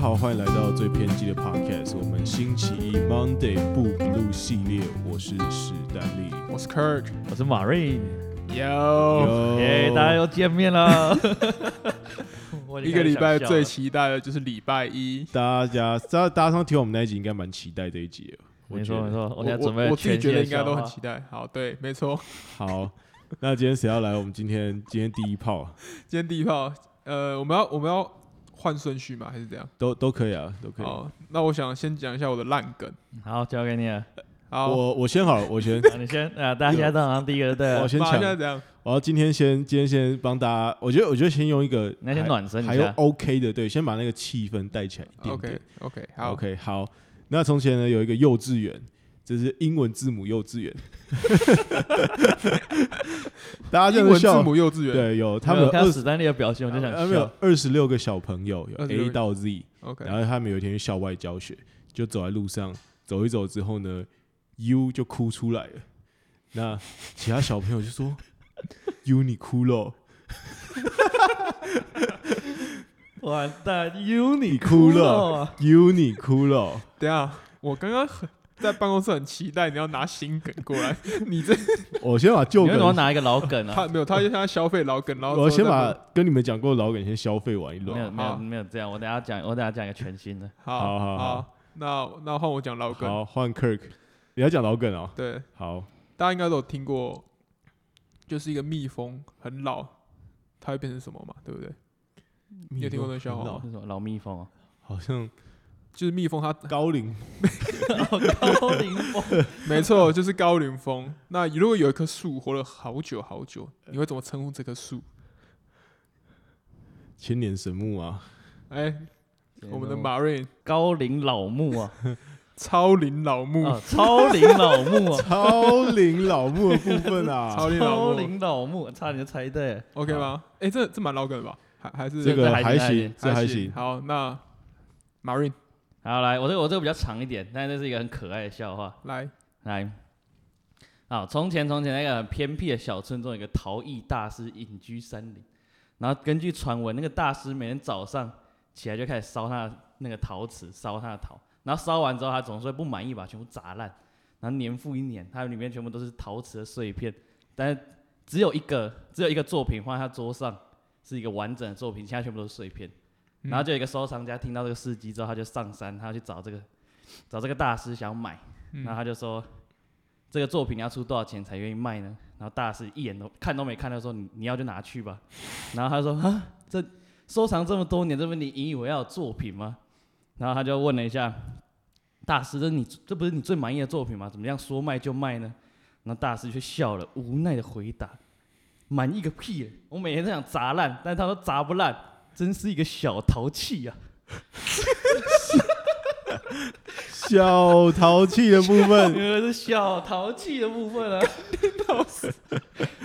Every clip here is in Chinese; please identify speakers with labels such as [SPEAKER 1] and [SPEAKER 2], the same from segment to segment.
[SPEAKER 1] 好，欢迎来到最偏激的 Podcast。我们星期一 Monday 不录系列，我是史丹利。
[SPEAKER 2] 我是 Kirk，
[SPEAKER 3] 我是马瑞，
[SPEAKER 2] 有
[SPEAKER 3] 哦耶、大家又见面了。 我已
[SPEAKER 2] 一
[SPEAKER 3] 经
[SPEAKER 2] 个
[SPEAKER 3] 开
[SPEAKER 2] 礼
[SPEAKER 3] 始
[SPEAKER 2] 拜
[SPEAKER 3] 想笑了
[SPEAKER 2] 最期待的就是礼拜一。
[SPEAKER 1] 大家大家大家上听我们那一集，应该蛮期待这一集的。我
[SPEAKER 3] 没
[SPEAKER 1] 觉
[SPEAKER 3] 错
[SPEAKER 1] 得
[SPEAKER 3] 没。错，
[SPEAKER 2] 我
[SPEAKER 3] 现在准备
[SPEAKER 2] 我我自己
[SPEAKER 3] 全
[SPEAKER 2] 觉得
[SPEAKER 3] 线
[SPEAKER 2] 应该都很
[SPEAKER 3] 消化
[SPEAKER 2] 期待。好，对，没错，
[SPEAKER 1] 好，那今天谁要来？我们今天今天第一炮
[SPEAKER 2] 今天第一炮，呃，我们要我们要换顺序吗？还是怎样？
[SPEAKER 1] 都都可以啊，都可以。
[SPEAKER 2] 好，那我想先讲一下我的烂梗。
[SPEAKER 3] 好，交给你了。
[SPEAKER 2] 好，
[SPEAKER 1] 我我先好了，我 先
[SPEAKER 3] 啊、你先啊，大家现在当上第一个就对
[SPEAKER 1] 我
[SPEAKER 3] 了，
[SPEAKER 1] 先
[SPEAKER 2] 妈
[SPEAKER 1] 抢
[SPEAKER 2] 现。在怎样？
[SPEAKER 1] 我要今天先今天先帮大家，我觉得我觉得先用一个
[SPEAKER 3] 那先
[SPEAKER 1] 还
[SPEAKER 3] 暖身一
[SPEAKER 1] 还有
[SPEAKER 3] 下。
[SPEAKER 1] OK 的，对，先把那个气氛带起来一点点
[SPEAKER 2] OK。OK，好
[SPEAKER 1] OK，好。那从前呢有一个幼稚园，这是英文字母幼稚园，大家
[SPEAKER 2] 英
[SPEAKER 1] 这样
[SPEAKER 2] 文字
[SPEAKER 1] 笑。
[SPEAKER 2] 母幼稚园。
[SPEAKER 1] 对，有他
[SPEAKER 3] 他
[SPEAKER 1] 们
[SPEAKER 3] 们
[SPEAKER 1] 有
[SPEAKER 3] 看到
[SPEAKER 1] 二
[SPEAKER 3] 史丹利的表情，我就想
[SPEAKER 1] 他们有
[SPEAKER 3] 笑。
[SPEAKER 1] 二十六个小朋友，有
[SPEAKER 2] 26
[SPEAKER 1] A
[SPEAKER 2] 个
[SPEAKER 1] 到 Z，
[SPEAKER 2] OK，
[SPEAKER 1] 然后他们有一天去校外教学，就走在路上走一走之后呢，U 就哭出来了。那其他小朋友就说：“U 你哭了，
[SPEAKER 3] 完蛋，U 你
[SPEAKER 1] 哭
[SPEAKER 3] 了，
[SPEAKER 1] u 你哭了。”
[SPEAKER 2] 等一下，我刚刚很在办公室很期待你要拿新梗过来， 你这
[SPEAKER 1] 我先把旧
[SPEAKER 3] 你为什么要
[SPEAKER 1] 梗，
[SPEAKER 3] 拿一个老梗啊？
[SPEAKER 2] 他没有，他就像消费老梗，然后
[SPEAKER 1] 我
[SPEAKER 2] 之
[SPEAKER 1] 先
[SPEAKER 2] 后再
[SPEAKER 1] 把跟你们讲过的老梗先消费完一
[SPEAKER 3] 没
[SPEAKER 1] 轮。
[SPEAKER 3] 有没有
[SPEAKER 2] 好
[SPEAKER 3] 没有这样，我等下讲，我等下讲一个全新的。
[SPEAKER 2] 好
[SPEAKER 1] 好好
[SPEAKER 2] 好，那那换我讲老梗。
[SPEAKER 1] 好，换 Kirk，你要讲老梗哦。
[SPEAKER 2] 对，
[SPEAKER 1] 好，
[SPEAKER 2] 大家应该都有听过，就是一个蜜蜂很老，它会变成什么嘛？对不对？
[SPEAKER 1] 你
[SPEAKER 2] 有听过那个笑话吗
[SPEAKER 3] 是什么老蜜蜂哦，
[SPEAKER 1] 好像
[SPEAKER 2] 就是蜜蜂它，
[SPEAKER 1] 高龄
[SPEAKER 3] 高龄 蜂。
[SPEAKER 2] 没错，就是高龄蜂。那如果有一棵树活了好久好久，你会怎么称呼这棵树？
[SPEAKER 1] 千年神木啊，
[SPEAKER 2] 哎、我们的马瑞
[SPEAKER 3] 高龄老木 啊，
[SPEAKER 2] 超龄老木，
[SPEAKER 3] 啊，超龄老木啊，
[SPEAKER 1] 超龄老木的部分啊
[SPEAKER 2] 超，龄老
[SPEAKER 3] 超
[SPEAKER 2] 木
[SPEAKER 3] 龄老木，差点就猜对了。
[SPEAKER 2] ，OK 吗？哎、这这蛮老梗的吧？还还 是
[SPEAKER 1] 这个
[SPEAKER 3] 这
[SPEAKER 1] 还
[SPEAKER 3] 还行
[SPEAKER 1] 行，这还行。
[SPEAKER 2] 好，那马瑞
[SPEAKER 3] 好，来，我这个我这个比较长一点，但是这是一个很可爱的笑话。
[SPEAKER 2] 来，
[SPEAKER 3] 来，好，从前从前那个很偏僻的小村中，有个陶艺大师隐居山林，然后根据传闻，那个大师每天早上起来就开始烧他的那个陶瓷，烧他的陶，然后烧完之后，他总是会不满意，把它全部砸烂，然后年复一年，它里面全部都是陶瓷的碎片，但是只有一个只有一个作品放在他桌上是一个完整的作品，其他全部都是碎片。
[SPEAKER 2] 嗯
[SPEAKER 3] 然后就有一个收藏家听到这个事迹之后，他就上山，他要去找这个找这个大师想要买，
[SPEAKER 2] 嗯
[SPEAKER 3] 然后他就说这个作品你要出多少钱才愿意卖呢？然后大师一眼都看都没看，他说你你要就拿去吧。然后他说啊，这收藏这么多年，这不是你引以为傲的作品吗？然后他就问了一下大师，这是你这不是你最满意的作品吗？怎么样说卖就卖呢？然后大师却笑了，无奈的回答：“满意个屁！啊我每天都想砸烂，但他都砸不烂，真是一个小淘气啊呀、
[SPEAKER 1] 小淘气的部
[SPEAKER 3] 啊！”
[SPEAKER 1] 分，
[SPEAKER 3] 因为是小淘气的部分啊，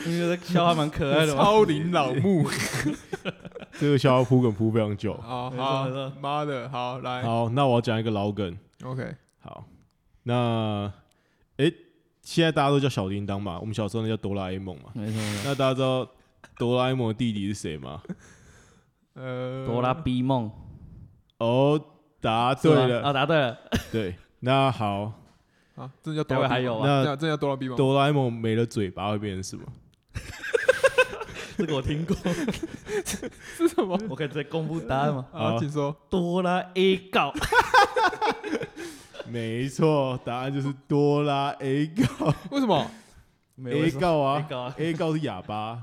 [SPEAKER 3] 你觉得笑话蛮可爱的吗？
[SPEAKER 2] 超龄老木，
[SPEAKER 1] 这个笑话铺梗铺非常久。
[SPEAKER 2] 好
[SPEAKER 3] 没错
[SPEAKER 2] 啊好
[SPEAKER 3] 没错，
[SPEAKER 2] 妈的，好来
[SPEAKER 1] 好，那我要讲一个老梗。
[SPEAKER 2] o k
[SPEAKER 1] 好，那诶，现在大家都叫小叮当嘛，我们小时候那叫哆啦 A 梦嘛。
[SPEAKER 3] 没错没错，
[SPEAKER 1] 那大家知道哆啦 A 梦的弟弟是谁吗？
[SPEAKER 2] 呃，
[SPEAKER 3] 哆啦 B 梦
[SPEAKER 1] 哦，答
[SPEAKER 3] 是
[SPEAKER 1] 对
[SPEAKER 3] 吗
[SPEAKER 1] 了，
[SPEAKER 3] 啊，答对了，
[SPEAKER 1] 对。那好，
[SPEAKER 2] 啊，真的叫
[SPEAKER 3] 待
[SPEAKER 2] 哆啦
[SPEAKER 3] 会
[SPEAKER 2] A
[SPEAKER 3] 还有
[SPEAKER 2] 梦，
[SPEAKER 3] 啊，
[SPEAKER 1] 那
[SPEAKER 2] 这样这叫哆啦 A 梦，
[SPEAKER 1] 哆啦 A 梦没了嘴巴会变成什么？
[SPEAKER 3] 这个我听 过，
[SPEAKER 2] 是什么？
[SPEAKER 3] 我可以直接公布答案吗？
[SPEAKER 1] 好
[SPEAKER 2] 啊，请说。
[SPEAKER 3] 哆啦 A 告，
[SPEAKER 1] 没错，答案就是哆啦 A 告
[SPEAKER 2] 为什么？
[SPEAKER 3] 没有
[SPEAKER 1] A 告
[SPEAKER 3] ，A
[SPEAKER 1] 啊
[SPEAKER 3] 告啊，
[SPEAKER 1] ，A 告是哑巴，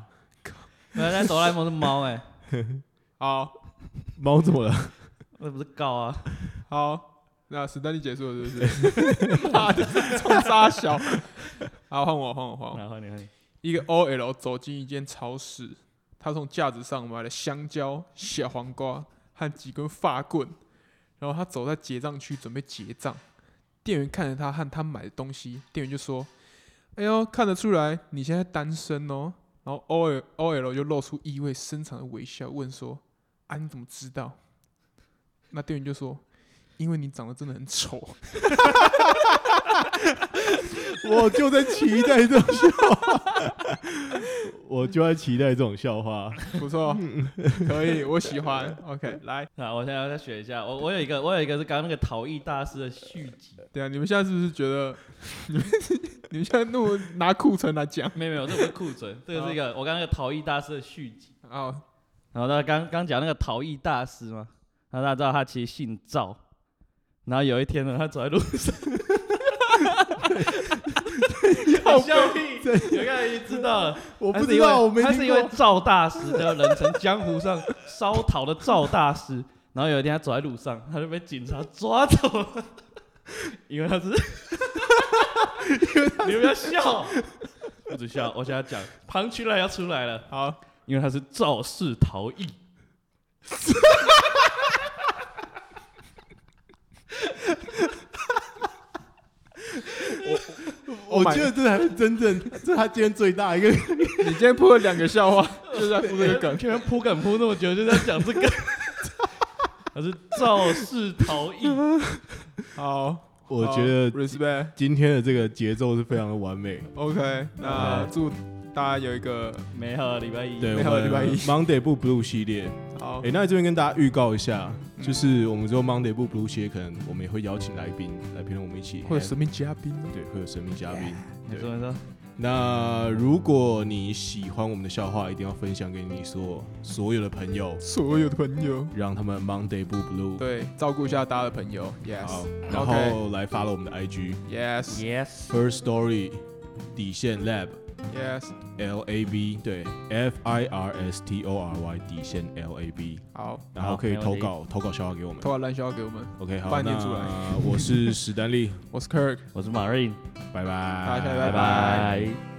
[SPEAKER 3] 原来哆啦 A 梦是猫哎，
[SPEAKER 2] 好
[SPEAKER 1] 猫怎么了？
[SPEAKER 3] 那不是告啊，
[SPEAKER 2] 好，那史丹利结束了是不是？ 妈的，冲沙小。好，换我，换我，换我。
[SPEAKER 3] 然后你看你，
[SPEAKER 2] 一个 OL 走进一间超市，他从架子上买了香蕉、小黄瓜和几根发棍，然后他走在结账区准备结账。店员看着他和他买的东西，店员就说：“哎呦，看得出来你现在单身哦。”然后 OL OL 就露出意味深长的微笑，问说：“啊，你怎么知道？”那店员就说：“因为你长得真的很丑。”
[SPEAKER 1] 我就在期待这种笑话，我就在期待这种笑话。
[SPEAKER 2] 不错，哦可以，我喜欢。OK，来，
[SPEAKER 3] 啊，我现在要再选一下，我我有一个，我有一个是刚刚那个陶艺大师的续集，
[SPEAKER 2] 对啊，你们现在是不是觉得 你们你们现在那么拿库存来讲？
[SPEAKER 3] 没有没有，这不是库存，这个是一个我刚刚那个陶艺大师的续集。
[SPEAKER 2] 啊，
[SPEAKER 3] 然后他刚刚讲那个陶艺大师嘛，然后大家知道他其实姓赵，然后有一天呢，他走在路上，要笑屁，有个人知道了，
[SPEAKER 1] 我
[SPEAKER 3] 他
[SPEAKER 1] 不
[SPEAKER 3] 是
[SPEAKER 1] 知
[SPEAKER 3] 因为
[SPEAKER 1] 道，我没
[SPEAKER 3] 他是
[SPEAKER 1] 听
[SPEAKER 3] 因为
[SPEAKER 1] 过。
[SPEAKER 3] 赵大师，的人称江湖上烧陶的赵大师， 然后有一天他走在路上，他就被警察抓走了， 因为他是， 你们不要笑，不准笑，我想要讲，庞曲来要出来了。
[SPEAKER 2] 好，
[SPEAKER 3] 因为他是赵氏陶艺。
[SPEAKER 2] Oh
[SPEAKER 1] 我觉得这才是真正，这是他今天最大一个。
[SPEAKER 2] 你今天铺了两个 笑话，就是在铺这个梗。
[SPEAKER 3] 前面铺梗铺那么久，就在讲这个。 他是赵氏陶艺，
[SPEAKER 2] 好，
[SPEAKER 1] 我
[SPEAKER 2] 好
[SPEAKER 1] 觉得
[SPEAKER 2] respect。
[SPEAKER 1] 今天的这个节奏是非常的完美。
[SPEAKER 2] OK，那祝大家有一个
[SPEAKER 3] 美好的礼拜一。
[SPEAKER 1] 对，
[SPEAKER 2] 嗯没
[SPEAKER 1] 我
[SPEAKER 2] 有
[SPEAKER 1] 们
[SPEAKER 2] 礼拜一哦
[SPEAKER 1] Monday 不 Blue 系列，
[SPEAKER 2] 好
[SPEAKER 1] 哎、。那这边跟大家预告一下，
[SPEAKER 2] 嗯
[SPEAKER 1] 就是我们之后 Monday 不 Blue 系列，可能我们也会邀请来宾来评论我们一起，
[SPEAKER 2] 会有神秘嘉宾哦。
[SPEAKER 1] 对，会有神秘嘉宾。
[SPEAKER 2] 啊
[SPEAKER 3] 你说你说，
[SPEAKER 1] 那如果你喜欢我们的笑话，一定要分享给你所所有的朋友，
[SPEAKER 2] 所有的朋友，
[SPEAKER 1] 让他们 Monday 不 Blue。
[SPEAKER 2] 对，照顾一下大家的朋友
[SPEAKER 1] 好
[SPEAKER 2] ，yes，，
[SPEAKER 1] 然后来发了我们的 IG
[SPEAKER 2] yes
[SPEAKER 3] Yes，
[SPEAKER 1] First Story 底线 Lab
[SPEAKER 2] yes，
[SPEAKER 1] L A B 对 F I R S T O R Y 底线 L A B，
[SPEAKER 2] 好，
[SPEAKER 1] 然后可以
[SPEAKER 3] 没问
[SPEAKER 1] 投
[SPEAKER 3] 题
[SPEAKER 1] 稿投稿笑话给我们
[SPEAKER 2] 投。把烂笑话给我们，
[SPEAKER 1] OK，好，
[SPEAKER 2] 半年
[SPEAKER 1] 那
[SPEAKER 2] 出来
[SPEAKER 1] 我是史丹利，
[SPEAKER 2] 我是 Kirk，
[SPEAKER 3] 我是马瑞，
[SPEAKER 1] 拜拜，
[SPEAKER 2] 大家下礼拜
[SPEAKER 3] 拜拜。